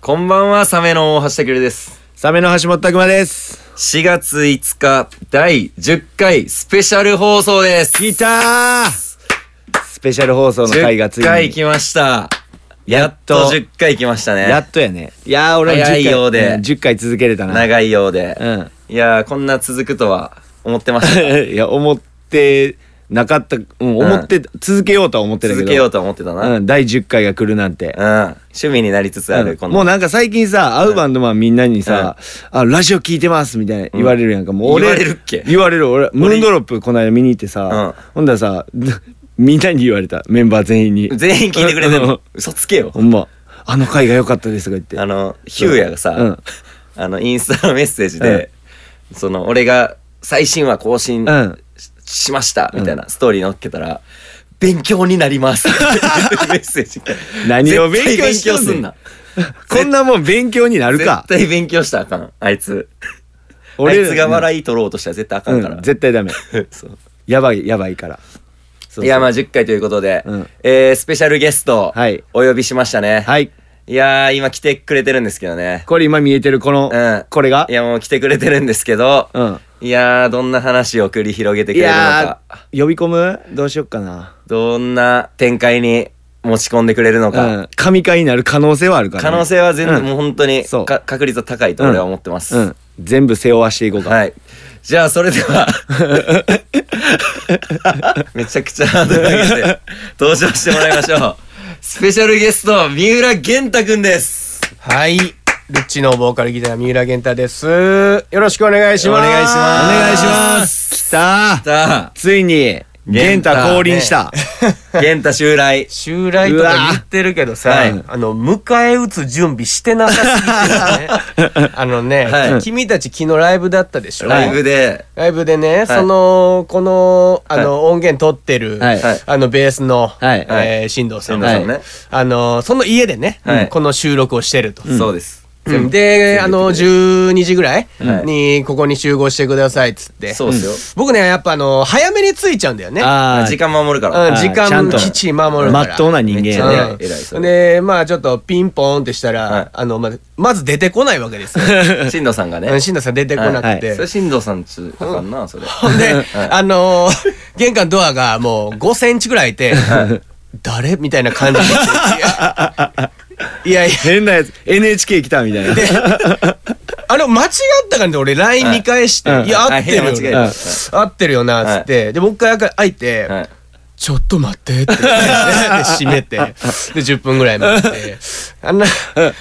こんばんは、サメの大橋拓です。サメの橋本拓馬です。 4月5日、第10回スペシャル放送です。来たースペシャル放送の回がつい10回に。来ました。やっと10回来ましたね。やっとやね。いやー、俺は10早回いようでん10回続けれたな。長いようで。うん。いやー、こんな続くとは思ってました。いや、 思ってなかった、うん、思って、続けようとは思ってたけど。続けようとは思ってたな。う。うんん、第10回が来るなんて。趣味になりつつある、うこんの。もうなんか最近さ会うバンドマンみんなにさ「あラジオ聞いてます」みたいな言われるやんかもう俺言われるっけ言われる俺ムーンドロップこの間見に行ってさほんだらさ みんなに言われたメンバー全員に全員聞いてくれてるうんの。嘘つけよほ。んまあの回が良かったですとか言ってあの、ヒューヤがさ、うんあの、インスタのメッセージで、その、俺が最新話更新うんししました、みたいなストーリー載っけたら、勉強になり ます。メッセージが。何を勉絶対強しとんね勉ん強すんな。こんなもん勉強になるか絶対勉強したらあかん、あいつ。あ俺いつが笑い取ろうとしたら絶対あかうんから。ん絶対ダメそうやばいやばいからそうそういや、まあ10回ということで、うんえースペシャルゲスト、はいお呼びしましたね。はいいやー、今来てくれてるんですけどね。これ今見えてるこのうんこれがいや、もう来てくれてるんですけど、うんいやー、どんな話を繰り広げてくいれるのやか、ー呼び込むどうしよっかなどんな展開に持ち込んでくれるのうか、ん神回になる可能性はあるからね可能性は全然、うんもう本当にそうか確率は高いと俺は思ってます。うん全部背負わしていこうかはい。じゃあ、それでは、 めちゃくちゃハードル上げて、登場してもらいましょう。スペシャルゲスト、三浦玄太くんです。はい。ルッチのボーカルギター、三浦玄太です。よろしくお願いします。お願いしおます願いしますきたーさついに玄玄太太降臨したあ、玄太襲来。襲来とか言ってるけどさ、うわあの、迎え撃つ準備してなさすぎて ね。あのね、はい君たち昨日ライブだったでしょライブで、ライブでね、その、この、あの、音源撮ってる、はいはいあの、ベースの、はいえー、進藤さんが、進藤さんねあの、その家でね、はいこの収録をしてると。そうです。うんで、あの、12時ぐらいはいに、ここに集合してくださいっつって。そうですよ。僕ね、やっぱあの、早めに着いちゃうんだよね。あー時間守るかうんら。時ちゃん間ときっちり守るまから。っとうな人間やね偉いうん偉いそれで、まあちょっとピンポーンってしたら、はいあの、ままず出てこないわけです よ。進藤さんがうねん。新田さん出てこなくて。それ進藤さんちあかんな、それ。ほんで、あのー玄関ドアがもう5センチぐらい開いて、誰みたいな感じで。いやいや、変なやつ NHK 来たみたいなあの、間違ったからね、俺 LINE 見返して、はいいや、合はいってるよはい間違ね、えたうん合ってるよな、つって。で、もう一回開いて、はいちょっと待ってって言って、で 閉めて、で、10分ぐらい待って、 あんな、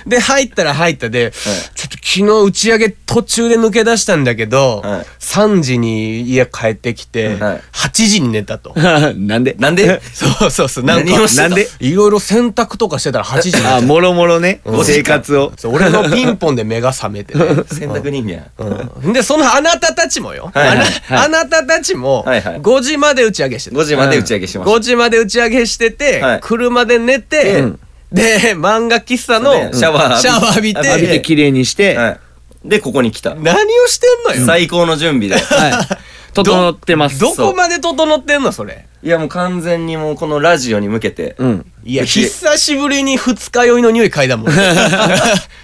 で、入ったら入ったで、ちょっと昨日打ち上げ途中で抜け出したんだけど、はい3時に家帰ってきて、はい8時に寝たと。 なんでなんで そうそうそう、なん何かをしてたなんでいろいろ洗濯とかしてたら8時に寝ちゃあったもろもろねうん生活をそう俺のピンポンで目が覚めてね。洗濯人間。うんで そのあなたたちもよ、はいはいあなあなたたちもはいはい5時まで打ち上げしてた5時まで打ち上げしまし5時まで打ち上げしてて、はい車で寝て、うんで漫画喫茶のでシャワー浴びシャワー浴び浴浴びてて綺麗にしてた。はい。で、ここに来た。何をしてんのよ最高の準備で。はい整ってますどこまで整ってんのそれ いや、もう完全にもうこのラジオに向けて。うんいやうち久しぶりに二日酔いの匂い嗅い だもん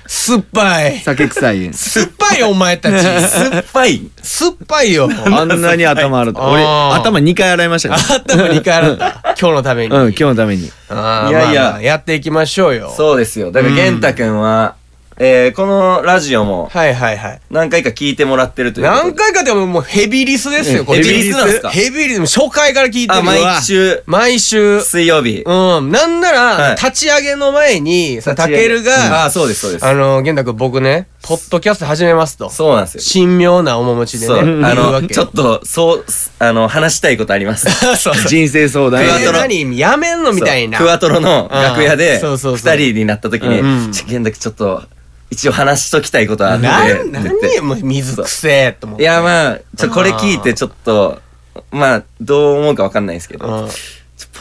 酸っぱい酒臭 い酸っぱいよお前 たち酸っぱい。酸っぱいよあんなに頭洗って俺あー頭2回洗い ましたか頭2回洗った今日のために、らうん今日のためにあーいやいやまあまあやっていきましょうよそうですよ。だから、玄太くんは、えーこのラジオもはいはいはい何回か聞いてもらってるということで何回かでももうヘビリスですよ、これヘビリスなんすかヘビリス、初回から聞いてあ、るよ毎週、毎週。水曜日。うん。なんなら、はい立ち上げの前に、さ、立たち上げけるが、あ、そうです、そうです。あの、玄太君僕ね、ポッドキャスト始めますと。そうなんです神妙な面持ちでよ。そ。ねう。あ言うの、わけちょっと、そう、すあの、話したいことあります。 そう そう。人生相談えクワトー、ロ何やめんのみたいな。そうクワトロの楽屋うでん二そうそうそう人になった時うに「んちょ玄太君ちょっと一応話しときたいことあるんで」なん、って言って何よ、もう水くせえと思っいて。やまあちょこれ聞いてちょっとまあどう思うかわかんないですけどうちょんポ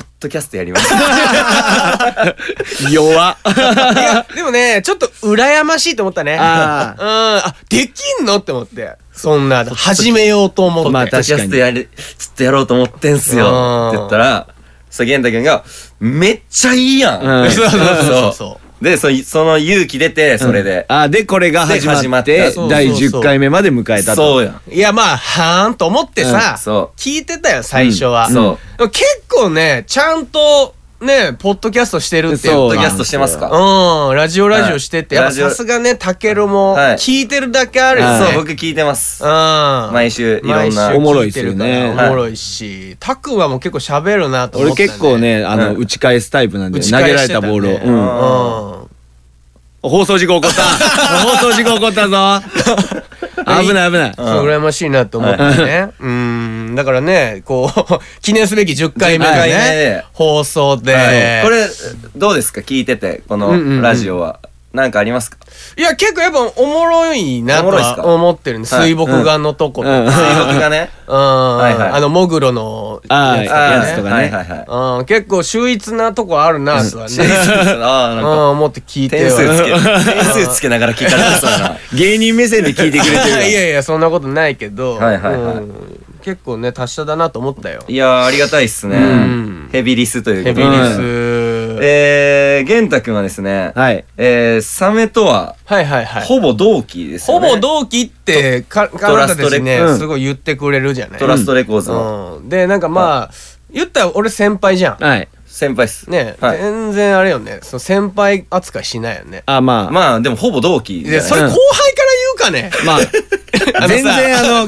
ッドキャストやります弱いや、でもね、ちょっと羨ましいと思ったね。あうん。あ、できんのって思って。そんな、始めようと思って。まポあッドキャストやりちょっとやろうと思ってんすようんって言ったらそう玄太君が「めっちゃいいやん」うんそうそうそうそうそうでそその勇気出てそれで、あでこれが始で始ままっっててそうそうそう第10回目まで迎えたとそうやんいやまあはーんと思ってさ、うんそう聞いてたよ最初は、うんそうでも結構ねちゃんとねポッドキャストしてるっていうそポうッドキャストしてますかうんラジオラジオしてて、はいやっぱさすがねたけるもはい聞いてるだけあるよね、そう僕聞いてますうん毎週いろんな毎週おもろいっすよね聞てるからはいおもろいし、たくはもう結構喋るなと俺思った、ね、結構ねあうの、ん打ち返すタイプなんで打ち投返げしてらたねれたボールを、ううんんうん放送事故起こった放送事故起こったぞ危ない危ない、そう羨ましいなと思ってね。うん。だからね、こう、 記念すべき10回目の10回目ねで、放送で。はいこれどうですか聞いててこうんうんうのんラジオはなんかありますかいや、結構やっぱおもろいなおともろいっすかは思ってるんで、はい水墨画のとことうんか。水墨がねうん。いはいあの、モグロのやつとあかーねやつとかねはいはいはいうん。結構秀逸なとこあるなとはシェイね。クああな うんん、か思って聞いて点は数つけ点数つけながら聞かれてそうな芸人目線で聞いてくれ てる いやいやそんなことないけど、はいはいはいうん結構ね達者だなと思ったよいやーありがたいっすねんヘビリスというヘことビでリス、えー玄太くんはですねはいえーサメとははいはいはいほぼ同期ですほよねぼ同期ってかト彼ラ女スたトちレね、うんすごい言ってくれるじゃないトラストレコーズのうん、でなんかまあ言ったら俺先輩じゃんはい先輩っすね、はい全然あれよねその先輩扱いしないよねあまあままあでもほぼ同期じゃないでそれ後輩から言うかね、ああのさ全然あ なん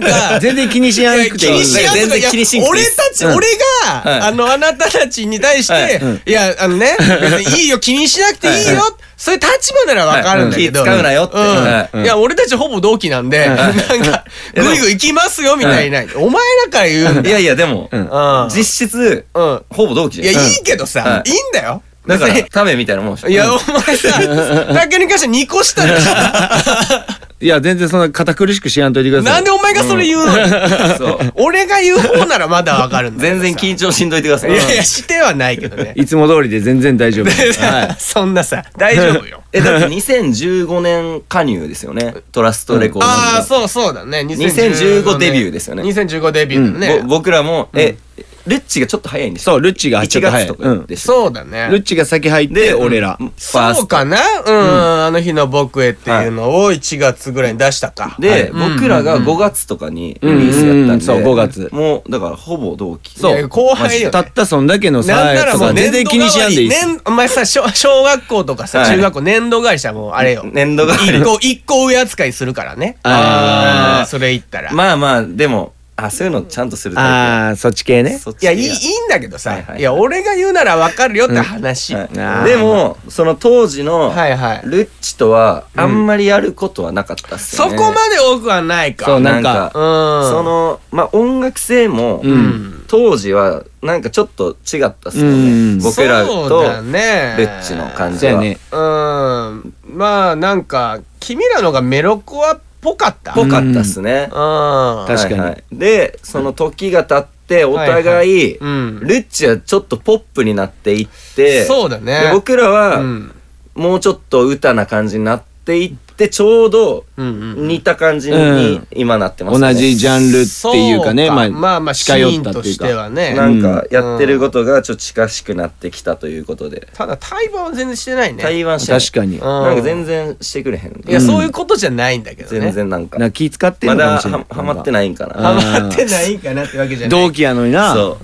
かの全然気にしなくていいや気いにしやんとか全然気にしんいやくてい俺いっすたち、うん俺が、はいあの、あなたたちに対して、はいいうんや、あのね、別にいいよ、気にしなくていいよ、そういう立場ならわかるんだけど。はいうん気使うなよってんはいうんいや、俺たちほぼ同期なんで、はいなんか、ぐいぐい行きますよ、みたいな。お前らから言うんいだよ。やいやでもうんうん実質うん。ほぼ同期いじや、ゃいんいけどさは、いいんだよ。だか別らにタメみたいなもんでしょいや、お前さ、 竹に関して2個下だしいや全然そんな堅苦しくしやんといてくださいなんでお前がそれ言うのよそう俺が言う方ならまだわかるんだけど全さ然緊張しんどいてくださいいやいや、してはないけどね。いつも通りで全然大丈夫はい そんなさ、大丈 夫よ。えだって2015年加入ですよねトラストレコードのああ、そうそうだね。 2015デビューですよね2015デビューだね。ぼ僕らもえレッチがちょっと早いんですそうルッチがちょ1っと月早いとうかんでしょそうだルッね。チが先入って俺らファーそスうトかなうん、あの日の僕へっていうのを1月ぐらいに出したか。ではい僕らがうんうんうん5月とかにリリースやったんでうんうんそう5月もうだからほぼ同期そういや後輩よねたったそんだけのなさんならともかう全年然度気にし替やわんでいり、いっす年お前さ、小小学校とかさ、はい中学校年度替わりしたらもうあれよ。年度が一個、一個上扱いするからね。あーうんそれ言ったら。まあまあでもあそういうのちゃんとするタイああそっち系プねそっちいや、いい、いいんだけどはいはいはさ。いいや、俺が言うならわかるよって話。はあーでもその当時のいはい。ルッチとはあんまりやることはなかったっすそよこね、まで多くはないか。そううん。なんかそのまあ音楽性も、うん当時はなんかちょっと違ったっすよね、うん僕らそとうだねレッチの感そじうやは、ねうん。まあなんか、君らのがメロコアっぽかった。ぽかったっすね、うん。確かにはいはいでその時が経ってお互い、うん。ルッチはちょっとポップになっていってそうだねで。僕らうはん。もうちょっと歌な感じになっていってちょうどうんうん。似た感じうにん今なってますね、同じジャンルっていうかねそまあまあまあ、シ近寄ーっンたとっていしうてかはね。なんかやってることがちょっと近しくなってきたということで、ただ、対話は全然してないね。台湾確かにうんなんか全然してくれへん、いや、そういうことじゃないんだけどね。全。然なんかなんか気使ってんまのかもだしれないははまってないんかあなハマってないんかなってわけじゃない。同期やのに なそ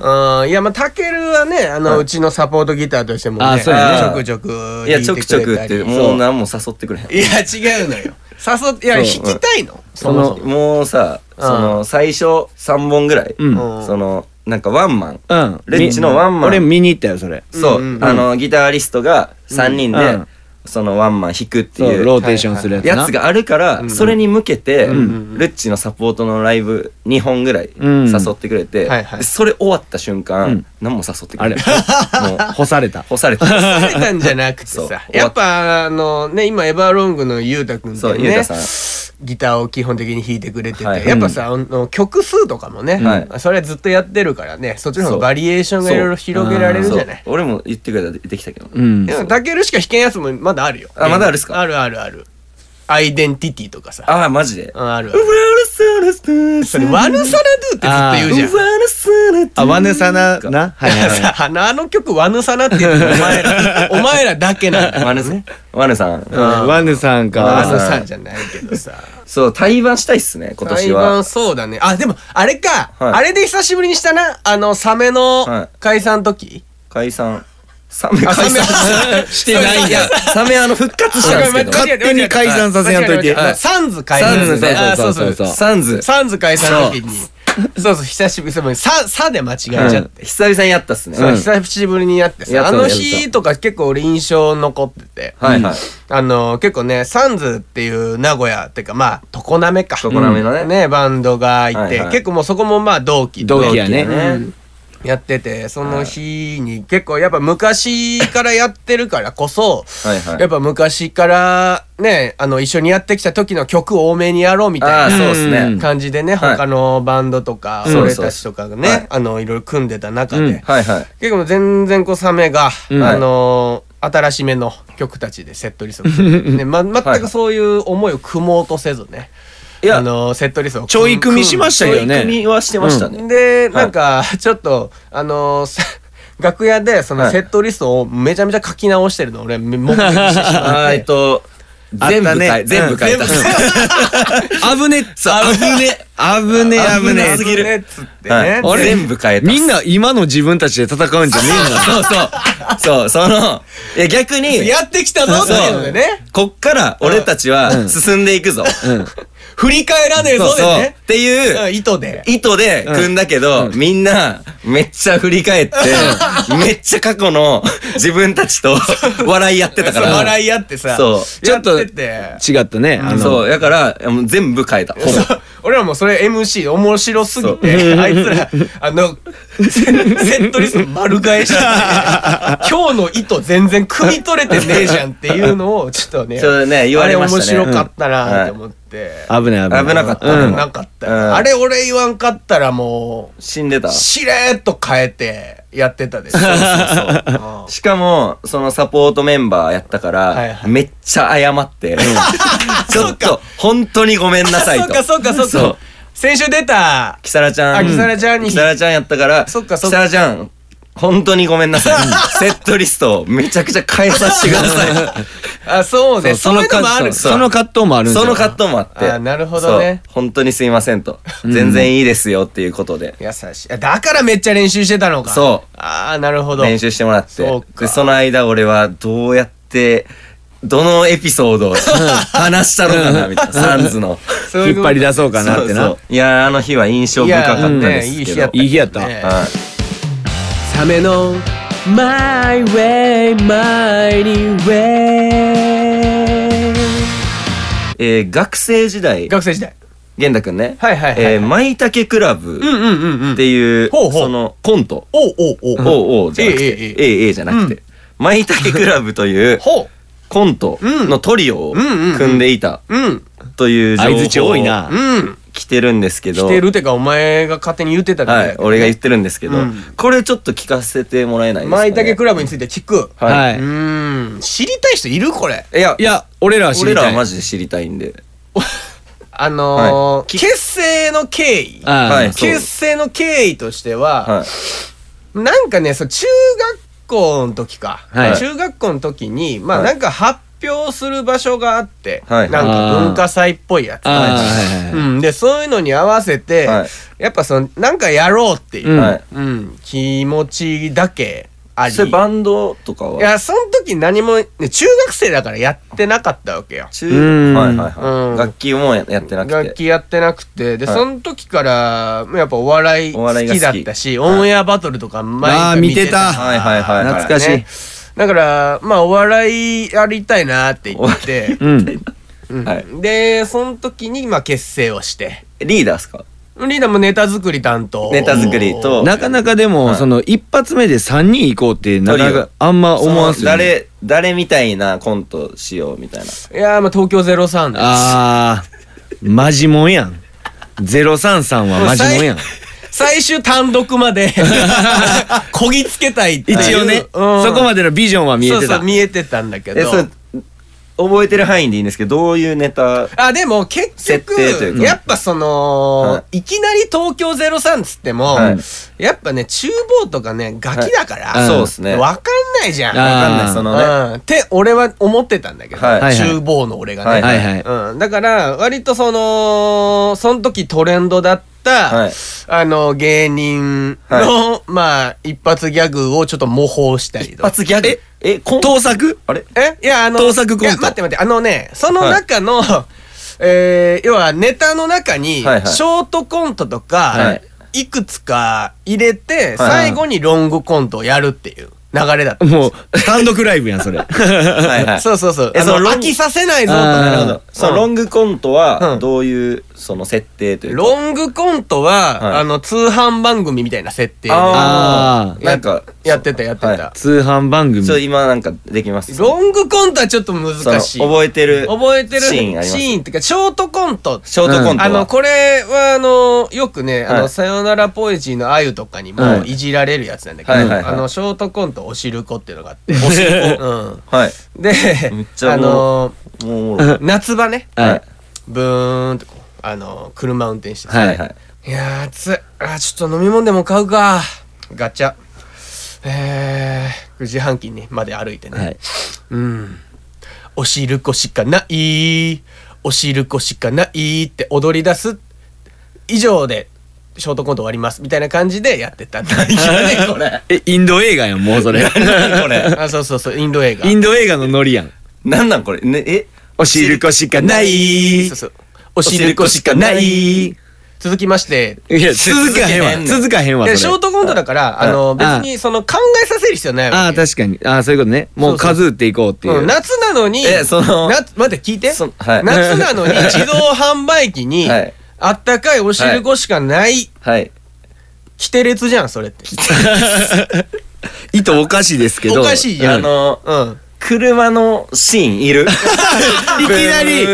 うん、いやまあたけるはねあの、はいうちのサポートギターとしてもねあそうやねちょくちょくいやちょくちょく弾っいててくれたりもう何も誘ってくれへんいや違うのよ誘っていやそ弾うきたいのそそものそももうさうんその最初3本ぐらい、うんうんそのなんかワンマンうんレッチのワンマン俺見に行ったよそれそう、うんうんうんあのギタリストが3人で、うんそのワンマン弾くってそいううローテーションするやつなやつがあるから、うんそれに向けて、んルッチのサポートのライブ2本ぐらいん誘ってくれて、はいはいでそれ終わった瞬間、うん何も誘ってくれないもう干された干さ れてされたんじゃなくてそうさやっぱあのね今エヴァロングのゆうたくんそとう、ゆうねたさんギターを基本的に弾いてくれてて、はいやっぱさあの曲数とかもね、はいそれはずっとやってるからねそっちの方がバリエーションがいろいろ広げられるじゃないそう俺も言ってくれたらできたけど、うんでもたけるしか弾けんやつもまだあるよあまだあるっすかあるあるあるアイデンティティとかさ。ああ、マジで。うんあうるある。わるさらすらそれ、ワルサラドゥってずっと言うじゃんう。わるさらあ、ワヌサナな。はいはいはい。さあ のあの曲ワヌサナって言ってお 前らお前らだけなんだよワヌね。ワヌさん。 うんワヌさんワか。ヌサじゃないけどさそう、対バンしたいっすね、今年台は湾。そうだねあでもあれか、はいあれで久しぶりにしたなあのサメのはい解散時、解散。サメあ解サメ散してないんいやだ、サメあの復活したんですけど。ごめんごめん勝手に解散させやんといて間違えた間違えたはいサンズ解散サンズねあそうそうそうそうそサンズ。サンズ解散の時にそうそう久しぶりそうササで間違えちゃって、久々にやったっすね。うはんい久しぶりにやってやっさあたののやった日とか結構俺印象残っててはい。あの結構ねサンズっていう名古屋っていうかまあ常滑か常滑のねうんねバンドがいて、はいはい結構もうそこもまあ同期同期やね。うんやっててその日に結構やっぱ昔からやってるからこそ、はいはいやっぱ昔からねあの一緒にやってきた時の曲多めにやろうみあたあ、いそうなっすね。感じでね、はい他のバンドとか、うん俺たちとかがね、そうそうあのいろいろ組んでた中で、うんはいはい。結構全然こうサメが、うんあのー新しめの曲たちでセットリストを組んで、ねま、全くそういう思いを組もうとせずね、いやあのーセットリストをちょい組みしましたよね取り組みはしてましたね。でなんか ちょっと、あのーさ楽屋でそはのいセットリストをめちゃめちゃ書き直してるの俺目目撃してしまあ ーえっと、あっ全たね部変え、全部変えた。うん全危ねそう、危ね。危ね危ね危なすぎるねっつってね、はあいれ全部変えた。みんな今の自分たちで戦うんじゃねそうそう。そう、その、いや逆に、やってきたぞっていうのでねこっから俺たちは進んでいくぞ。えの振り返らねえ ぞそうでそう。っねてういんう、意図で意図で組んだけど、みんな、めっちゃ振り返 って、めっちゃ過去の 自分たちと笑い合ってたかそうら。笑い合ってさそうちょっとちょっ違ったね。あその、う、だから、もう全部変えた。ほぼ俺らもそれ MC 面白すぎて、 あいつら、あの、セセットリスト丸 返したって、今日の意図全然汲み取れてねえじゃんっていうのを、ちょっとね、そうだね言われましたねあれ面白かったなって思って。危ない危ない。危なかっうたんねなかった、うんあれ俺言わんかったらも死んでたう、。しれーっと変えてやってたでしょ。うんしかも、そのサポートメンバーやったから、はいはいめっちゃ謝って、 ちょっと、本当にごめんなさいそうと。かそうかそうそかう。先週出た、キサラちゃあん。キサラちゃんにキサラちゃんやったから、そっかそっキかサラちゃん、本当にごめんなさい。セットリストをめちゃくちゃ変えさせてくだ さあ、そうね、そういうのもある感かじその葛藤もあい。るんじゃそないの葛藤もあって。あなるほどねそう。本当にすいませんと。全然いいですよっていうことで、優しいあだからめっちゃ練習してたのかそうああなるほど練習してもらって。そうかで、その間俺はどうやって、どのエピソードを話したのかな、みたいな。サンズの。そういう引っ張り出そうかなそっうてそなう。いやーあの日は印象い深やかったでねいすけい日ど。やったいい日やったねはいサメの My way, my way えー学生時代、学生時代玄太くんね。はいはいはいはいえー、舞茸クラブ。うんうんうんうんっていう、ほうほうそのコント。おうおうおうおうおうじゃなくて、えええええええじゃなくて、マイタケクラブと いうほコントのトリオをうん組んでいたううんという情報相槌多いな。うん来てるんですけど、来てるてかお前が勝手に言ってただけはだい、けどね俺が言ってるんですけど、うんこれちょっと聞かせてもらえないですか、ね。マイタケクラブについて聞くははい。うーん知りたい人いるこれい。いや、いや、俺らは知俺りらた。はいマジで知りたいんで。あのーはい結成の経緯ああはい結成の経緯としてははい。なんかね、そう中学校の時か、はい中学校の時に、まあ、はいなんか発表する場所があって、はいなんか文化祭っぽいやつ。ああはいはいはいうん、でそういうのに合わせて、はいやっぱそのなんかやろうっていう、うんはい。うん気持ちだけありそれバンドとかはいやその時何も、ね、中学生だからやってなかったわけよ中うんはいはいはい、うん楽器もやってなくて。楽器やってなくてで、はいその時からやっぱお笑いお笑いが好好ききだったしオンエアバトルとか前からあー見てたはいはいはい、はい。懐かしいねだからまあお笑いやりたいなって言って、うん。うんはいでその時にまあ結成をしてリーダーっすかリーダーもネタ作り担当ネタ作りとなかなかではも、いその、一発目で3人行こうって、なかなトリか、あんまそ思のわんすよね。誰、誰みたいなコントしようみたいな。いやーまあ東京03ですああ、マジもんやん。033はマジもんやん。最終単独 までこぎつけたいっていう一応ね、うんそこまでのビジョンは見えてそうたそう見えてたんだけどえ、それ、覚えてる範囲でいいんですけど、どういうネタ、あでも結設定という局かやっぱそのはいきなり東京03っつってもはいやっぱね厨房とかねガキだかはらいそうですね。わわかんないじゃんあかんない、そのね。うんって俺は思ってたんだけどはいはいはい厨房の俺がはいねはいはい。うん、だから割とそのその時トレンドだった、はいあの芸人の、まあ一発ギャグをちょっと模倣したり一とか発ギャグ。え、コン盗作あ れえいやあの盗作コントいや待って待ってあのねその中の、えー要はネタの中にシはいはいョートコントとか、はいい、くつか入れてい最後にロングコントをやるっていう流れだった、もう、単独ライブやん、それ。はいはい。そうそうそうえあそののロン飽きさせないぞとあーなるほど。そのロングコントうは、んどういう、その設定というか。ロングコントは、はいあの通販番組みたいな設定でああーーなんか、やってたやってた、は通販番組。ちょ、今なんかできます。ロングコントはちょっと難しいその覚えてる覚えてるシーンありますシーンっていうかショートコントショートコントは。あのこれはあのよくね「あはのいさよならポエジー」のあゆとかにはもいいじられるやつなんだけど、はいはいはいあのショートコント「おしるこ」っていうのがあって、しるうん、はい。でめっちゃあのもうおもろい夏場ねはい。ブーンってこうあの車運転してて、はいはいはい。いやー暑いあーちょっと飲み物でも買うかガチャえー、9時半近にまで歩いてね、はい。うん。おしるこしかない。おしるこしかないって踊り出す。以上で、ショートコント終わります。みたいな感じでやってた。何これえ、インド映画やん、もうそれ。 何これあ、そうそうそう、インド映画。インド映画のノリやん。何なんこれね、えおしるこしかない。いそうそう。おしるこしかない。続きまして。や、続かへんわ。続かへんわ、でシそョれー。トコントだから、うんあの、別あにその考えさせる必要ないわけ。ああ、確かに。ああ、そういうことね。もう数打っていこうっていうう。はん夏なのに、えその夏待って聞いて、そはい夏な のに自動販売機に、はいあったかいおしるこしかない、はい。規定列じゃん、それって。意図おかしいですけど。おかしいやあん。の、うん。車のシーンい るいいきなり、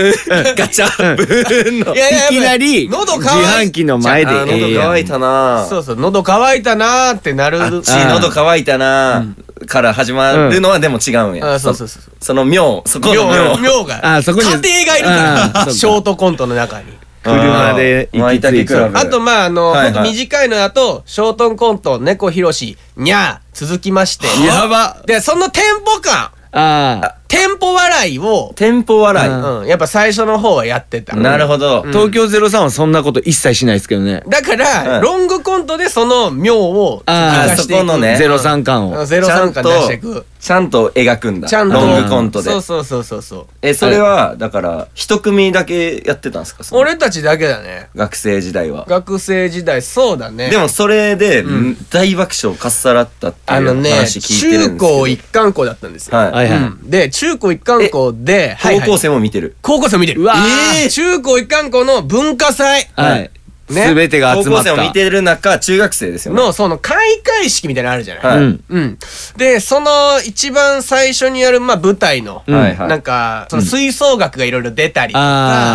ガチャブーンの。いやいやいきなり、喉自乾い販機の前で。あー喉乾いたなそうぁ。そう、喉乾いたなーってなる。あっちあー喉乾いたなぁから始まるのはでも違うんや。あそうそうそう。その妙、そこ妙の妙。妙が。あそこに家庭がいるあかそうら、かショートコントの中に。車で行き着いそうあー舞茸クラブあと、まあ、あの、はいはいほんと短いのだと、ショートコント、猫ひろし、にゃー、続きまして。やばで、そのテンポ感、あテンポ笑いを、テンポう笑うん、やっぱ最初の方はやってた。い。なるほどあ、。東京03はそんなこと一切しないですけどね。だかうら、んロングコントでその妙を、あー出していくそこのね03感を。ゼロ三感出していく。ちゃんと描くんだ。ちゃんと。ロングコントでそ。うそうそうそうそう。え、それは、だから、一組だけやってたんですかその俺たちだけだね。学生時代は。学生時代、そうだね。でもそれで、大爆笑かっさらったってあいのうね、話聞いてるん中ですけど、高一貫校だったんですよ。はい、はいはい。うんで、中高一貫校で、はいは高い校生も見てる、高校生を見てる。うわーえー中高一貫校の文化祭はい。ねすべてが高集ま校っ生た。も見てる中中学生ですよねの、その開会式みたいなのあるじゃない。はういん。うん。で、その一番最初にやる、まあ舞台の、うんはいはいなんか、その吹奏楽がいろいろ出たりとあ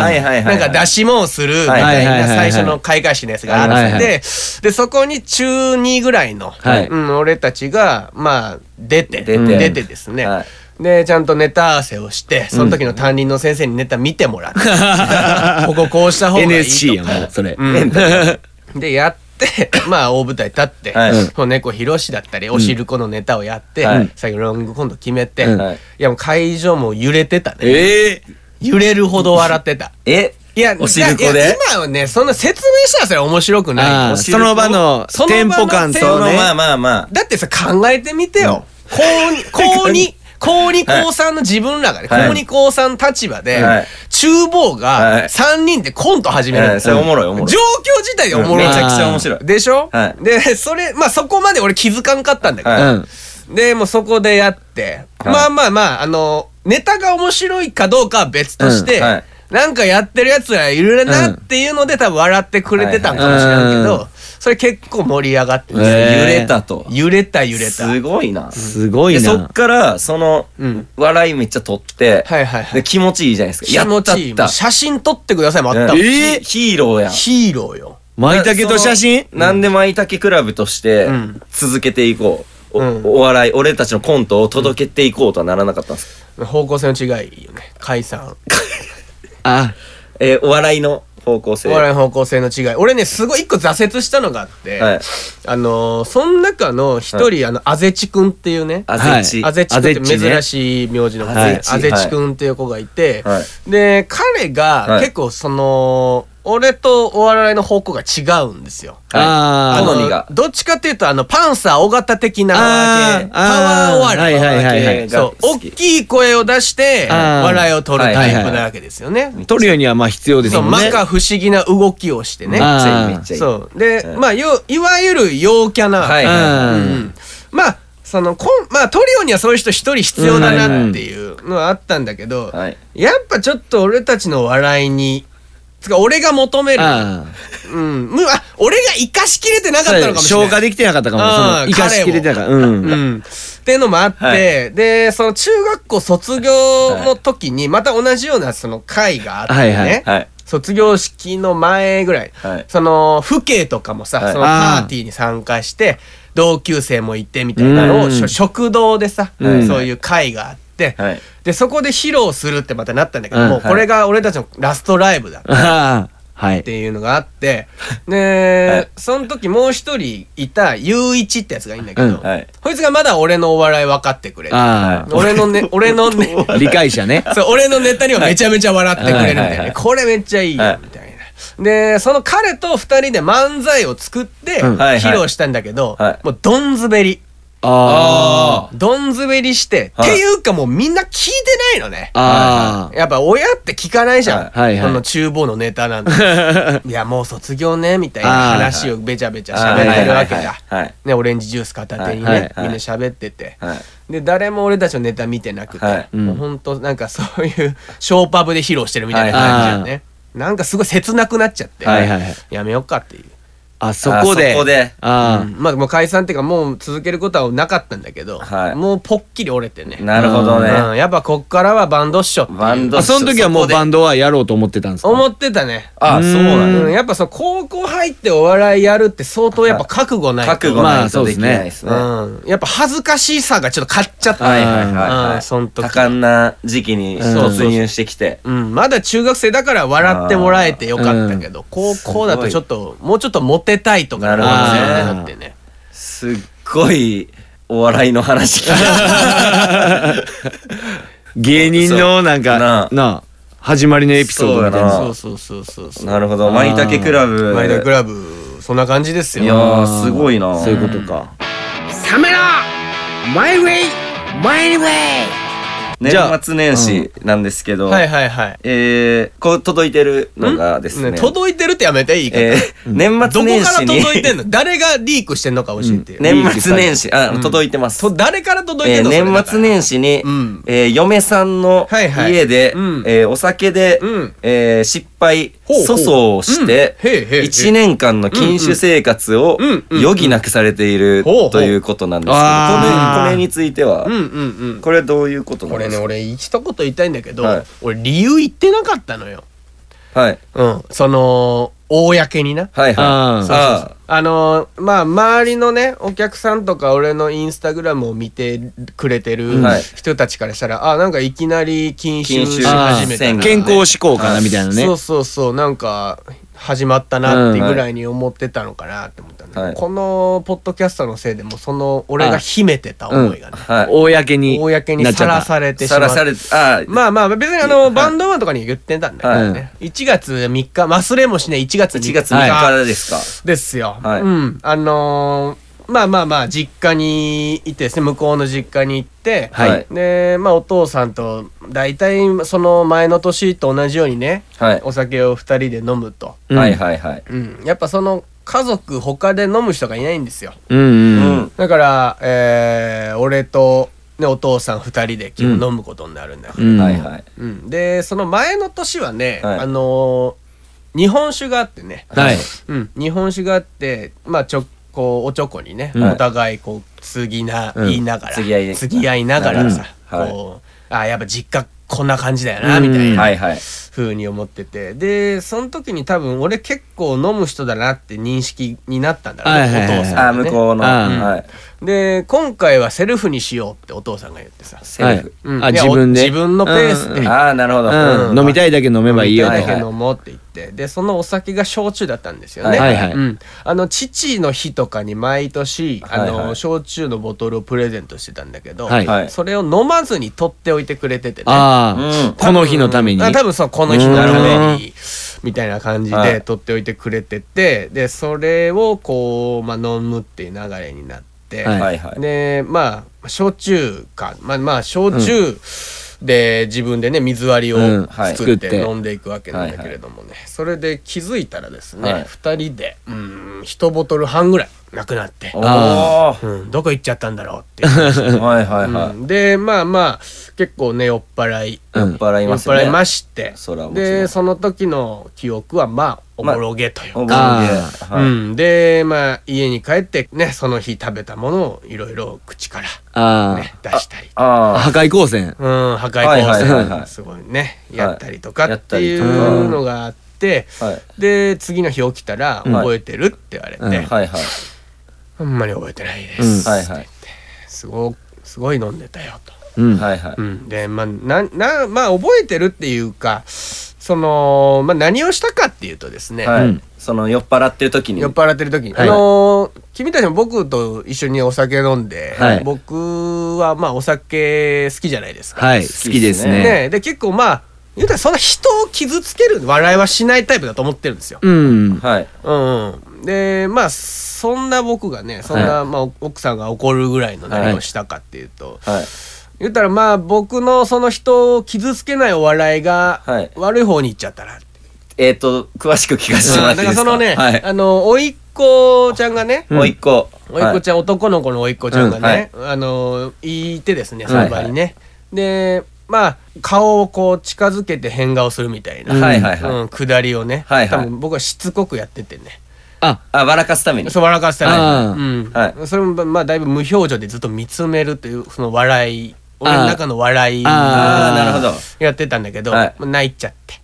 か、ーはいはいはいなんか出し物をするみはいはたいいはいなはい最初の開会式のやつがあるんで,、はいはいでそこに中2ぐらいの、はいうん、俺たちがまあ出て出出ててですね、はいでちゃんとネタ合わせをしてその時の担任の先生にネタ見てもらって、 こここうした方がいいとか NSC やん、もう、それ。うんえ でやってまあ大舞台立って、はいその猫ひろしだったりおしるこのネタをやって、はい最後ロングコント決めて、うんはいい、やもう会場も揺れてたねええ。揺れるほど笑ってた。えいや、おしるこいやで今はね、そんな説明したらそれ面白くないあよあ、お汁そ粉の場のその場テンのポ感テンポそとのね。まあまあまあだってさ、考えてみてよ。高に、 高に、高に高3の自分らがね、はい高に高3立場ではい、厨房はいが3人でコント始めるはの。いそれおもろいおもろい状況自体がおもろい。めちゃくちゃ面白いでしょはいで、それ、まあそこまで俺気づかんかったんだけどは、うあん。で、もうそこでやって、はいまあまあまあ、あの、ネタが面白いかどうかは別として、うんはいなんかやってるやつらいるなっていうので、多分笑ってくれてたんかもしれないけど、はいはいうんそれ結構盛り上がってえて、ー揺れたと揺れた揺れた。すごいなすごいでそっな。からその、うん笑いめっちゃ取って、はいはいはでい。気持ちいいじゃないですか気持ちいい。やっちゃもうっ写真撮ってくださいもあったた、もん。えヒーローやんヒーローよ。舞茸と写真なんで舞茸クラブとしてうん続けていこう、おうんお笑い俺たちのコントを届けていこうとはならなかったんですか方向性の違いよね解散あえーお笑いの方向性お笑いの方向性の違い俺ねすごい一個挫折したのがあって、はいあのーその中の一人、あのあぜちくんっていうねあぜちあぜちくんって珍しい名字の子で、はいあぜちくんっていう子がいて、はで彼がはい結構その、俺とお笑いの方向が違うんですよ。あ好ーみがあのどっちかっていうとあのパンサー尾形的なあーパワーお笑いあーはいはいはいはいそう好大ききい声を出してあー笑いを取るはいはタいイプなわけですよね。撮るようにはまあ必要ですそうもんね摩訶不思議な動きをしてね。あめっちゃいいーめっちゃいいそうで、うんまあよいわゆる陽キャな、はいうんうんまあそのこんまあトリオにはそういう人一人必要だなっていうのはあったんだけど、はいやっぱちょっと俺たちの笑いにつか俺が求める、あーうん、むあ俺が生かしきれてなかったのかもしれな消。い化できてなかったかもうんその生かしきれてなかったうんうん、っていうのもあって、はでその中学校卒業の時にまた同じようなその会があってね、はいはいはい卒業式の前ぐらい、はいその父兄とかもさ、はいそのパーティーに参加して同級生もいてみたいなのうをんしょ食堂でさ、うんそういう会があって、はいでそこで披露するってまたなったんだけど、うんもうこれが俺たちのラストライブだっあーはいていうのがあってで、はいその時もう一人いたゆういちってやつがいいんだけど、うんはいこいつがまだ俺のお笑い分かってくれてあ俺のね俺 のねあ理解者ね そう、俺のネタにはめちゃめちゃ笑ってくれはるみたいいはいなはいね。これめっちゃいいよ、はいみたいな。で、その彼と二人で漫才を作って、うんはいはい披露したんだけどはい、もうドンズベリ。ああドンズベリして、っはいていうかもうみんな聞いてないのねあ。あやっぱ親って聞かないじゃん。はいはいはいこの厨房のネタ なんて。いや、もう卒業ね、みたいな話をべちゃべちゃ喋ってるわけだ。はいね、オレンジジュース片手にはいね、はいみんな喋ってて。はいで誰も俺たちのネタ見てなくて、はいうんもうほんとなんかそういう ショーパブで披露してるみたいな感じだよね、はなんかすごい切なくなっちゃって、はいはいはいやめよっかっていう、あそこであそこであうんまあもう解散っていうかもう続けることはなかったんだけど、はいもうポッキリ折れてねなるほどうねんやっぱこっからはバンドっしょっていうバンードあその時はもうバンンドはやろうと思ってたんですか思ってたねあそうなうんんだやっぱその高校入ってお笑いやるって相当やっぱ覚悟ないと覚悟ないとできないですねうん、やっぱ恥ずかしさがちょっと勝っちゃった、はいはいはいうんはいそん時多感な時期に突入してきてうん、まだ中学生だから笑ってもらえてよかったけど、高校だとちょっともうちょっとモテたいとかなるほどねなってねすっごいお笑いの話聞い芸人のなんかなあなあ始まりのエピソードみたいあなーそうそうそうそうそ たうなるほど「まいたけクラブ」マイナークラブそんな感じですいやよーあすごいなそういうことかサメラマイウェイマイウェイじゃあ年末年始なんですけど、はいはいはいえー、こう届いてるのがですねね届いてるってやめていいか、えー年ど末こ年から始に届いてんの誰がリークしてんのか教えてよ、 年末年始あ、届いてますと誰から届いえてんーの、それ年末年始に、うんえー嫁さんのはいはい家で、うんえーお酒で、うんえー失敗ほうほう粗相をして、うんへえへえへえ1年間の禁酒生活をうんうんうん余儀なくされている、ほうほうということなんですけど、あーこれこれについては、うんうんうんこれどういうことなこんれでねすか俺一言言いたいんだけど、はい俺理由言ってなかったのよはいうん、その公になはいはいあーああのーまあ周りのねお客さんとか俺のインスタグラムを見てくれてるはい人たちからしたら、あなんかいきなり禁酒禁し酒始めた宣な言健康志向かなみたいなねそうそうそうなんか始まったなってぐらいに思ってたのかなって思ったんだけど、うんはいこのポッドキャストのせいでもうその俺が秘めてた思いがね、あはい公に公にさらされてしさらまっさたれてあーまあまあ別にあはのいバンドマンとかに言ってたんだけどね、1月3日忘れもしない1月3日1月3日からですか、ですよ、はいうんあのーまあまあまあ実家にいてですね向こうの実家に行って、はいでまあお父さんと大体その前の年と同じようにねはいお酒を2人で飲むと、うんはいはいはいうん、やっぱその家族他で飲む人がいないんですようんううんんだから、えー俺と、ね、お父さん2人で今日飲むことになるんだけど、うんはいはいうん、でその前の年はね、はいあのー日本酒があってね、はいうん、日本酒があってまあちょこうおちょこにね、うんお互いこう継ぎな、うん言いながら継ぎ合いね合いながらうさ、んこう、あやっぱ実家こんな感じだよな、みたいうんなはいはい風に思っててでその時に多分俺結構飲む人だなって認識になったんだろうね、はいはいはいお父さんあがーね向こうの、うんはいで今回はセルフにしようってお父さんが言ってさ、セルフ。うんあいや自分でお自分のペースで、うんああ、なるほど。うんうん飲みたいだけ飲めばいいよと飲みたはだいけ飲もうって言ってでそのお酒が焼酎だったんですよね、はいはいうん、あの父の日とかに毎年あの、はいはい焼酎のボトルをプレゼントしてたんだけど、はいはいそれを飲まずに取っておいてくれててねうあんあこの日のためにあ多分そうこの日のたうめんにみたいな感じはいで取っておいてくれててでそれをこう、まあ、飲むっていう流れになって、はいはいはい。でまあ焼酎かまあまあ焼酎で自分でね水割りをうんはい作作っってて飲んでいくわけなんだけれどもね、それで気づいたらですはいね、二2人でうん1ボトル半ぐらいなくなって、おあーうん、どこ行っちゃったんだろうっていう、 はいはいはうんでまあまあ結構ね酔っ払いい。酔っ払い酔っますね。払いましてそらもちろんでその時の記憶はまあおもろげというおか、盆であはういん、でまあ家に帰ってねその日食べたものをいろいろ口からあね、出したり。ああ破壊光線うん、破壊はい工はい作、はいはいすごいね、いやったりとかっていやったりとうかのがあって、あ。はい。で次の日起きたら「ん覚えてる?」って言われて、うんはいはいはい。あんまり覚えてないです」うんはいはいすごすごい飲んでたよ」と。うんはいはい。うん、でまあなな、まあ、覚えてるっていうかその、まあ、何をしたかっていうとですね、はういん。その酔っ払ってる時に。酔っ払ってる時に、はいあのー君たちも僕と一緒にお酒飲んで、はい僕はまあお酒好きじゃないですか。はい好好ききでですすねねね、で結構まあ言うたらそんな人を傷つける笑いはしないタイプだと思ってるんですよ。うんはい。うんうん、でまあそんな僕がねそんな、まあ、奥さんが怒るぐらいのは何いをしたかっていうと、はい。言ったらまあ僕のその人を傷つけないお笑いがはい悪い方に行っちゃったなって、えっと、詳しく聞かせてもらっうんてだいいですかからそのね、はい。あの甥っ子ちゃんがね、もう一個。甥っ子ちゃん、男の子の甥っ子ちゃんがね、あのいてですねその場にね、でまあ顔をこう近づけて変顔するみたいな、はいはいはいはい。うん、下りをね、はいはい多分僕はしつこくやっててねああ、笑かすために。そう笑かせたら、あうんはそれもまあだいぶ無表情でずっと見つめるというその笑い俺の中の笑いああ、なるほあど。やってたんだけど、はいまあ泣いちゃって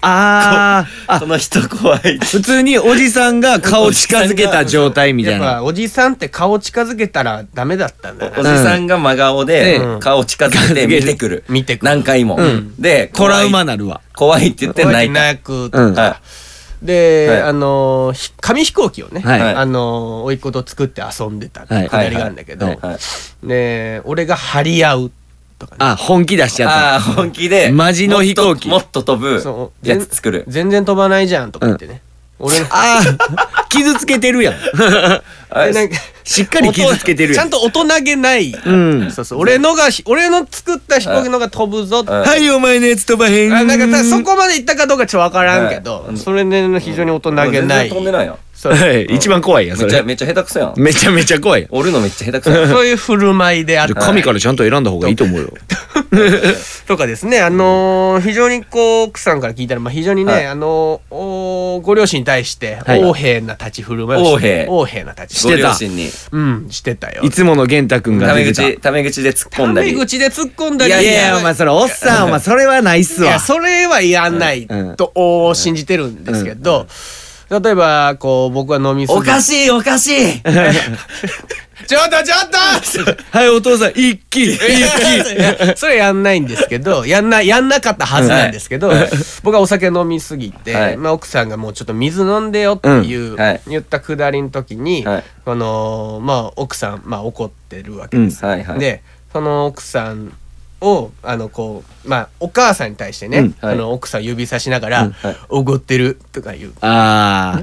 あーあその人怖い。普通におじさんが顔近づけた状態みたいやっなぱおじさんって顔近づけたらダメだったんだおじなさんが真顔でうん顔近づけて見てくる。見てくる何回も。で、トラウ怖マいなるわ怖いって言って怖泣いいた。泣くとうはんか、で、はいあのひ紙飛行機をね、はいあの甥っ子と作って遊んでたってはいくだりがあるんだけど、はいはいで俺が張り合うとかねあ本気出しちゃあっあ、本気で。マジの飛行機もっともっと飛ぶそやつ作る。全然飛ばないじゃんとか言ってね、俺のたあー 傷つけてるやんあでなんかしっかり傷つけてるちやゃんんと大人げない、うんそうそう俺のがひ俺の作った飛行機のが飛ぶぞって、はいはいお前のやつ飛ばへんあなんかさそこまで行ったかどうかちょっと分からんけど、はいそれね非常に大人げ全な然い、飛んでないよ。そうはい一番怖いやんめそっちゃ、れめっちゃ下手くそやん。めちゃめちゃ怖いやん折るのめっちゃ下手くそ やん。そういう振る舞いであっじゃたあ神からちゃんと選んだ方がいいと思うよとかですね、あのー非常にこう奥さんから聞いたら、まあ、非常にね、はいあのーおご両親に対してはい横柄な立ち振る舞いをして、横柄横柄な立ち振ごるてた両親に。舞いうんしてたよいつもの玄太くんタがメ出てた口、タメ口で突っ込タんだメり。口で突っ込んだりいやいやお前それおっさんお前それはないっすいわやそれはやんないうんとお信じてるんですけど、例えばこう僕は飲みすぎおかしい、おかしい。ちょっとちょっとはいお父さん一気一い気 やそれやんないんですけ どやんなやんなかったはずなんですけど、僕はお酒飲みすぎて、はいまあ、奥さんがもうちょっと水飲んでよっていう、うんはい言ったくだりの時に、はいあのーまあ、奥さん、まあ、怒ってるわけです。はいはい。でその奥さんをあのこうまあお母さんに対してね、うんはいあの奥さん指さしながらはい「おご、ってる」とか言う。ああ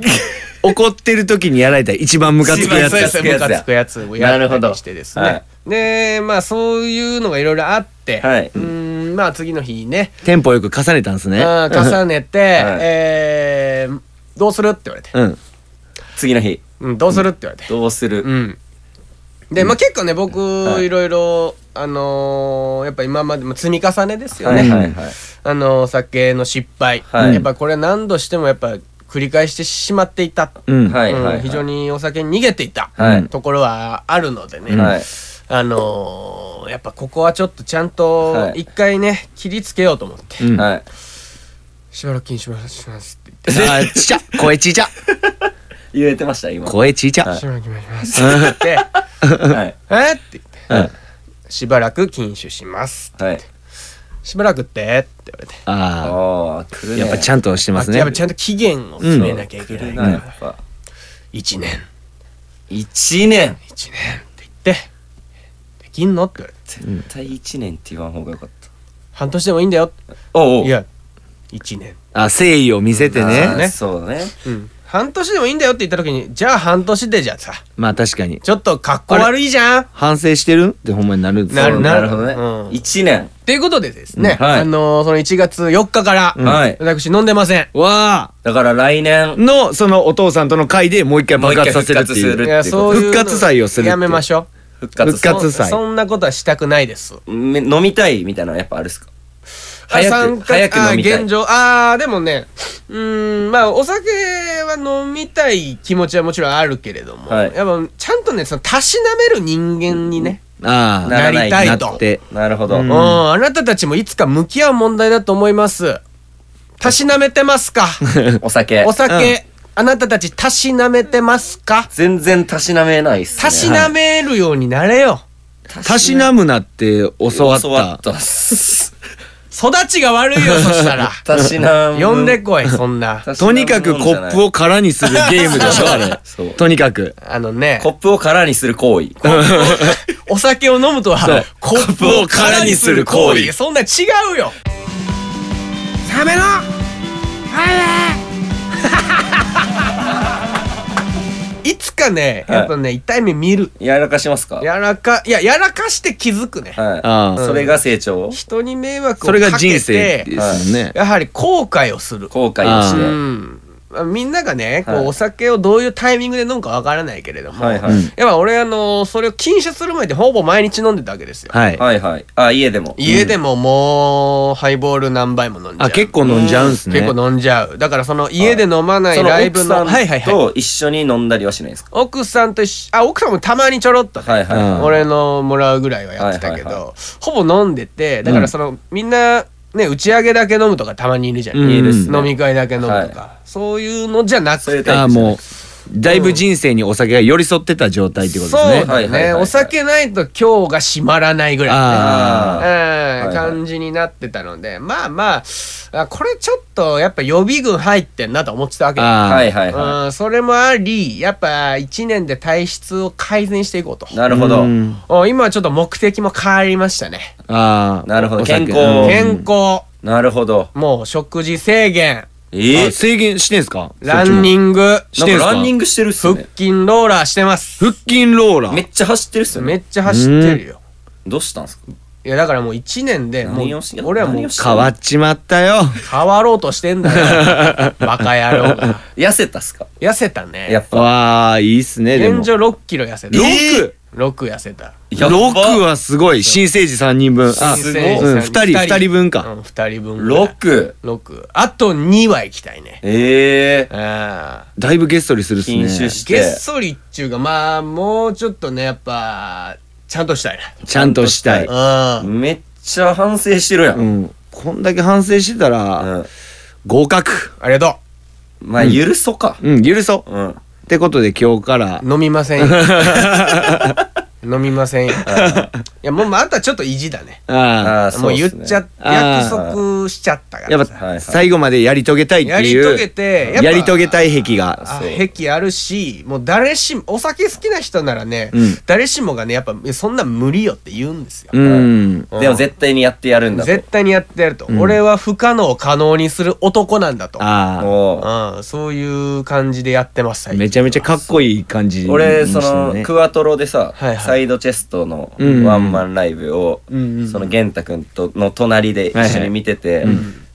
怒ってる時にやられたら一番ムカつくやつ一番ムやカつムカつくやつをやなるほったどりしてですね、はいでまあそういうのがいろいろあって、はいうんまあ次の日ねテンポよく重ねたんすねあ ー重ねて、はいえーどうするって言われて、うん次の日、うん、どうするって言われて、どうするうん、でまあ結構ね僕はいいろいろあのーやっぱ今までも積み重ねですよはね、いはいはい。あのお酒の失敗、はいやっぱこれ何度してもやっぱ繰り返してしまっていた、うんはいはいはうい。ん非常にお酒に逃げていた、はいところはあるのでね、はいあのーやっぱここはちょっとちゃんとはい一回ね切りつけようと思って、うんはい。しばらく禁止しますしますって言ってあーちっちゃ声ちっちゃ言えてました、今。声ちっちゃはいしばらく禁止しますって言ってはい。えって言ってはい。しばらく禁酒しますはい。しばらくってって言われてあああ、来あるね。やっぱちゃんとしてますあねやっぱちゃんと期限を決めなきゃいけ来ないるかな、やらっぱ。 1年一年1年って言ってできんのって言われて絶対一年って言わん方がよかった。半年でもいいんだよおうおう。いや1年あ誠意を見せてあーねそうね。うん半年でもいいんだよって言った時にじゃあ半年でじゃあさまあ確かにちょっとかっこ悪いじゃんっ反省してるってほんまになるんですよなるそうなるほどうんね。一年。ていうことでですね、うんはいあのーその1月4日から、うんはい。私飲んでませんわだから来あ年、のそのお父さんとの会でもう一回爆発させるっていもう一回復活するういやそういうの復活祭をするってやめましょ復活すうる復活祭そそんなことはしたくないですめ飲みたいみたいなのやっぱあるっすか早あく参加早く飲みあたい現状あーでもねうーんまあお酒は飲みたい気持ちはもちろんあるけれども、はいやっぱちゃんとねそのたしなめる人間にね、なああならないりたいとなってなるほど、ううんん、あなたたちもいつか向き合う問題だと思いますたしなめてますかお酒お酒、あなたたちたしなめてますか全然たしなめないっすねたしなめるようになれよ、たしなむなって教わっ教わたったっす育ちが悪いよそしたら たしなむ呼んでこいそん なたしなとむにかくコップを空にするゲームでしょあれそうとにかくあのねコップを空にする行為お酒を飲むとそうはコップを空にする行為そんな違うよ冷めろ帰 れいつかねはいやっぱね、痛い目見るやらかしますかやらかいややらかして気づくね、はあいあそれが成長人に迷惑そをかれけてが人生ですもんねやはり後悔をする後悔をしうてんみんながねこはういお酒をどういうタイミングで飲むかわからないけれども、はいはい、うんやっぱ俺あのそれを禁酒する前でほぼ毎日飲んでたわけですよ、はいはいはいあ家でも家でももうハイボール何杯も飲んじゃうあ結構飲んじゃうんすね結構飲んじゃうだからその家で飲まないそのライブ奥のさはいはいんはいと一緒に飲んだりはしないですか奥さんと一緒あ奥さんもたまにちょろっとね、はいはい、うん俺のもらうぐらいはやってたけど、はいはいはほぼ飲んでてだからその、みんなね打ち上げだけ飲むとかたまにいるじゃん、うんいいですね飲み会だけ飲むとか、はそういうのじゃなくそういうてタイああプじゃないもうだいぶ人生にお酒が寄り添ってた状態ってことですそうねだね、はいはいはいはいお酒ないと今日が閉まらないぐらいね、ああうんはい感じになってたのでまあまああこれちょっとやっぱ予備軍入ってんなと思ってたわけよああはいはいはうんそれもありやっぱ1年で体質を改善していこうといなるほどうんうん今はちょっと目的も変わりましたねああなるほどお酒健康うん健康なるほどもう食事制限えあ制限してんすかランニグングしなんかてんすかランニングしてるっす腹ね筋ローラーしてます腹筋ローラめーっちゃ走ってるっすよめねっちゃ走ってるよどうしたんすかいやだからもう1年でもう何をしや俺はも何うをし変わっちまったよ変わろうとしてんだよバカ野郎が痩せたっすか痩せたねやっぱわあいいっすねでも現状6キロ痩せた。六えー ?6 痩せた。やば六はすごい新生児三人分あすごいうん二人二人分かうん、2人分ぐらい。六6。あと2は行きたいね。ええああ。だいぶげっそりするっすね禁酒しげってそりっちゅうか、まあ、もうちょっとね、やっぱ、ちゃんとしたいちゃんとしたいな。うん。めっちゃ反省してるやん、うんこんだけ反省してたらうん合格ありがとまあ許そかうん許そうん、うってことで今日からう。飲みませんよ。飲みませんよ。いや、もう、まあ、あとはちょっと意地だね。ああああそもうう言っっすねちゃ、あ約ー束しちゃったからやっさ。はいはぱい最後までやり遂げたいってやりいう遂げて、やっぱやり遂げたい癖があそう癖あるしもう誰しもお酒好きな人ならね、うん誰しもがねやっぱそんな無理よって言うんですよ、うんでも絶対にやってやるんだ絶対にやってやると、ん俺は不可能を可能にする男なんだと対あもうん、そういう感じでやってます最あ近めちゃめちゃかっこいい感じう俺にしそてるの、ねクワトロでさ、はいはいサイドチェストのうんワンマンライブを、うんうんその玄太君との隣で一緒に見てて、いはい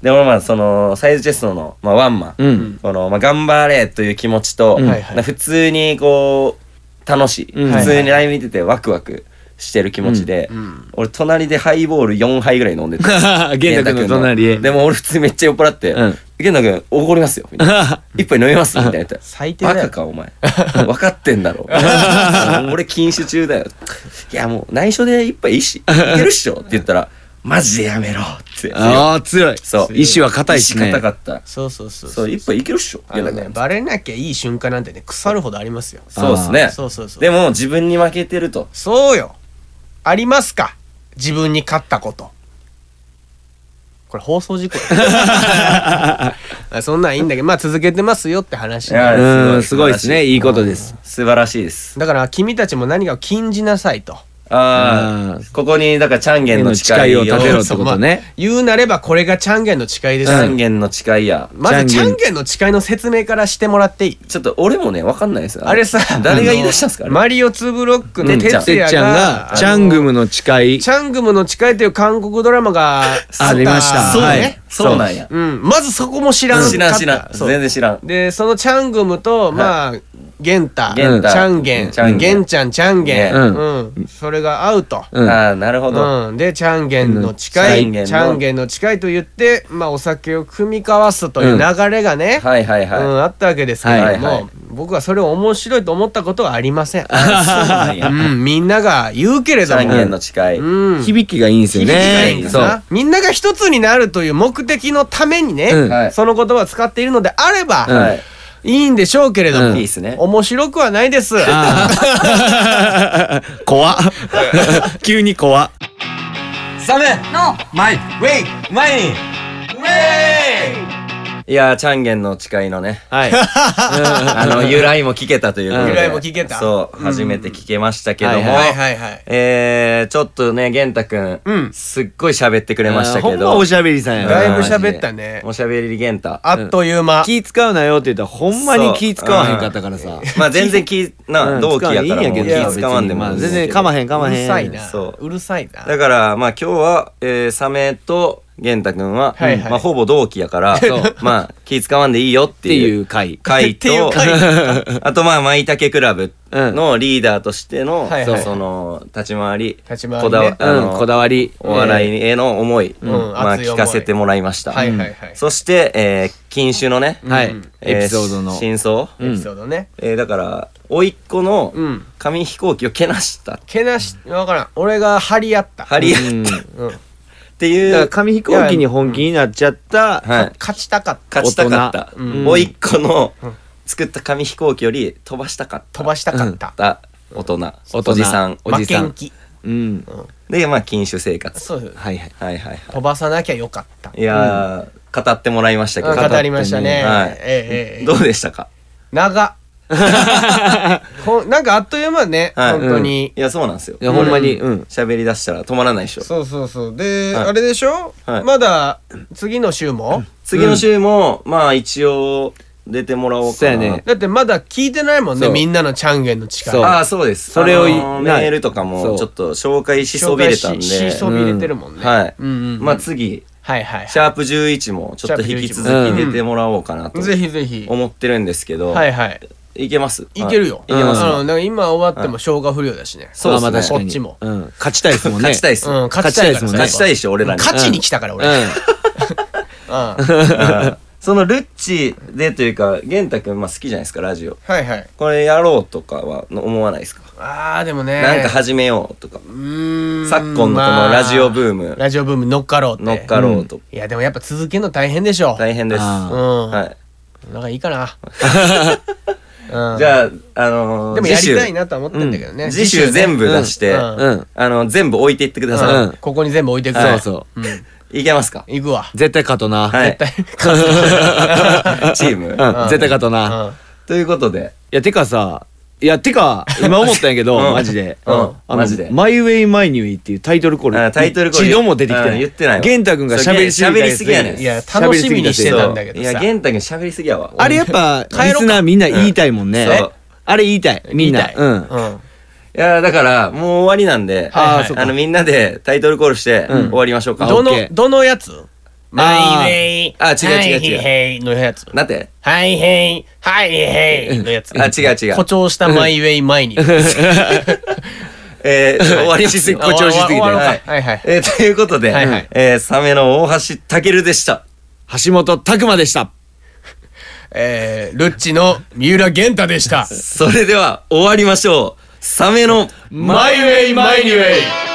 で俺まあそのサイドチェストの、まあ、ワンマン、うんこの、まあ、頑張れという気持ちと、うんはいはいな普通にこう楽しい、うん普通にライブ見ててワクワクしてる気持ちで、うん俺隣でハイボール4杯ぐらい飲んでた 玄太君の隣へ でも俺普通にめっちゃ酔っ払ってうん「玄太君怒りますよ」 みたいな「一杯飲みます」みたいな言ったら最低バだカよかお前分かってんだ ろ 俺禁酒中だよいやもう内緒で一杯いいしいけるっしょって言ったらマジでやめろって。ああ、強い。そう意志は硬いっす意ね志硬かった。そうそうそうそう、一本いけるっしょ。あのねバレなきゃいい瞬間なんてね腐るほどありますよそうっすね。そうそうそうでも自分に負けてると。そうよありますか自分に勝ったことこれ放送事故だあ そんなんいいんだけどまあ続けてますよって話いやうん、すごいですね。いいことです。素晴らしいです。だから君たちも何かを禁じなさいとあああ、ここに、だから、チャンゲンの誓いを誓いを立てろってそうことねまあ言うなればこれがチャンゲンの誓いですチよ、ャンゲンの誓いや。まずチチャャンンゲンの誓いの説明からしてもらっていいちょっと俺もね、わかんないですよあれさ誰が言い出したんですかああのれマリオ2ブロックうのん哲てっ也ちゃんがが、チャングムの誓いチ。ャングムの誓いという韓国ドラマがありましたそうね、はいそうなんや。うん、まずそこも知らんかった知らん知らん。そう全然知らん。でそのチャングムと、まあゲンタチゲンタャンゲンチャンゲンゲンちゃんチャンゲン、ねうんそれが合うと、うんああ、なるほど。うん、でチャンゲンの誓い、うんチャンゲンの誓いと言って、まあ、お酒を組み交わすといううん流れがね、うんはいはいはあったわけですけれども、はいはい僕はそれを面白いと思ったことはありませ い。ん、ううんん、みんなが言うけれチどャンゲンも、の誓い。うん、響きがいいんですよ響きがいいんねだ。そなう。みんなが一つになるという目的のためにね、うんはいその言葉を使っているのであれば、うんはい。いいんでしょうけれどうも、んいいっすね面白くはないです。あ ー怖っ 急に怖っサメのマイウェイマイウェイいやー、チャンゲンの誓いのね、はい。あの、由来も聞けたということで。うん由来も聞けたそう、初めて聞けましたけども。はいはいはいはい。えー、ちょっとね、玄太くん、うんすっごい喋ってくれましたほけんまどお。しゃべりさんやだな。いぶ喋ったねおしゃべり玄太。あっという間。気使うなよって言ったらほんまに気使わへんかったからさ。まあ全然気、な、うん同期やからもう使わんいいんやけど気使わんでまもあいい全然かまへんかうまへん。るさいな。そううるさいな。だから、まあ今日は、えー、サメと玄太くんは、はいはいまあほぼ同期やからそう、まあ気使わんでいいよっってていいうう回。回っていうと、回 あとまあ、舞茸クラブのリーダーとしての、はいはいその、立ち回り、立ち回りねこだわ、うあの、ん、こだわり。お笑いへの思い、んまあ熱い思聞いかせてもらいました。はいはいはい。そして、えー、禁酒のね、えー。はいうん。エピソードのえ。真相、うんエピソードね。えーだから、甥っ子のうん紙飛行機をけなした。けなし、わからん。俺が張り合った。張り合うんっだたっうん。ていからう、紙飛行機に本気になっちゃっはた。い、勝ちたかった。勝ちたかった。大人うん甥っ子のうん作った紙飛行機より飛ばしたかった。飛ばしたかった。大人、大人おじさん。おじさん負けん気。うん。で、まあ、禁酒生活。そう。はいはい。はいはいは飛ばさなきゃよかった。い。いやー、語ってもらいましたけうんど。語りましたね。はいええええどうでしたか 長こんなんかあっという間ね、はい本当に、いや、そうなんですよい。や、ほんまに、うん。喋り出したら止まらないでしょ。そうそうそうで、はいあれでしょ、はいまだ次の週も、次の週も、まあ、一応、出てもらおうそうかやなね。だってまだ聞いてないもんねそうみんなのチャンゲンの力そうああ、そうです。それをあいのーないメールとかそもうちょっと紹介しそびれたんで。紹介ししそびれてるもんね、はい。うんうんうんまあ次、はいはいシャープ11もちょっと引き続き出てもらおうかなとぜひぜひ思ってるんですけど、はいはいいけますいけるよ、はいいけますあのなんか今終わっても生姜不良だしね、そうっすねまあまあ確かにこっちもうん。勝ちたいですもんね。勝ちたいっす。うん、勝ちたいから勝勝ちたいいでしょ、俺らに。勝ちに来たから俺、うんはうんそのルッチでというか、玄太くん、まあ好きじゃないですか、ラジオ。いはいこれやろうとかは思わないですか、あーでもねなんか始めようとか。うーん昨今のこのラジオブームまあラジオブーム乗っかろうって乗っかろうとか。いやでもやっぱ続けるの大変でしょ大変です。あうーん、はい。なんかいいか な、うん、じゃあ、あのー、でもやりたいな。なとは思ってんだけどね、次週全部部出して、うんうんうん。あの、全部置いていってくださうんここに全部置いてくかそらうそう。う、ん、い。いけ ますか行く わ絶対勝とな。はい。チーム、うん。絶対勝とな。うんということで、いや、てかさ、いや、てか、今思ったんやけど、うんマジで。うんあのマジでマイウェイマイニューイっていうタイトルコーあル。タイトルコール一度も出てきてうなんい。言ってないわ玄太くんが喋りすぎたや喋つりすぎやねんいや楽しみにしてたんだけどいや、さ玄太君喋りすぎやわ。あれやっぱ、帰ろうかリスナーみんな言いたいもんねうんそう。あれ言いたい。みん言。ないたいうん。うんいや、だから、もう終わりなんで、はいはいあーそっかあの、みんなでタイトルコールして、うん終わりましょうか。どのオッケーどのやつあーマイウェイあ違う違う違うはいへいへいのやつなんてはいへいはいへいのやつあ、違う違う誇。張したマイウェイ前にえー、終わりますよ誇張しすぎて終わろうかはいはいはいえー、ということで、はいはいえー、サメの大橋たけるでした。橋本拓馬でした。えー、ルッチの三浦玄太でしたそれでは、終わりましょう。サメの、マイウェイマイニューイ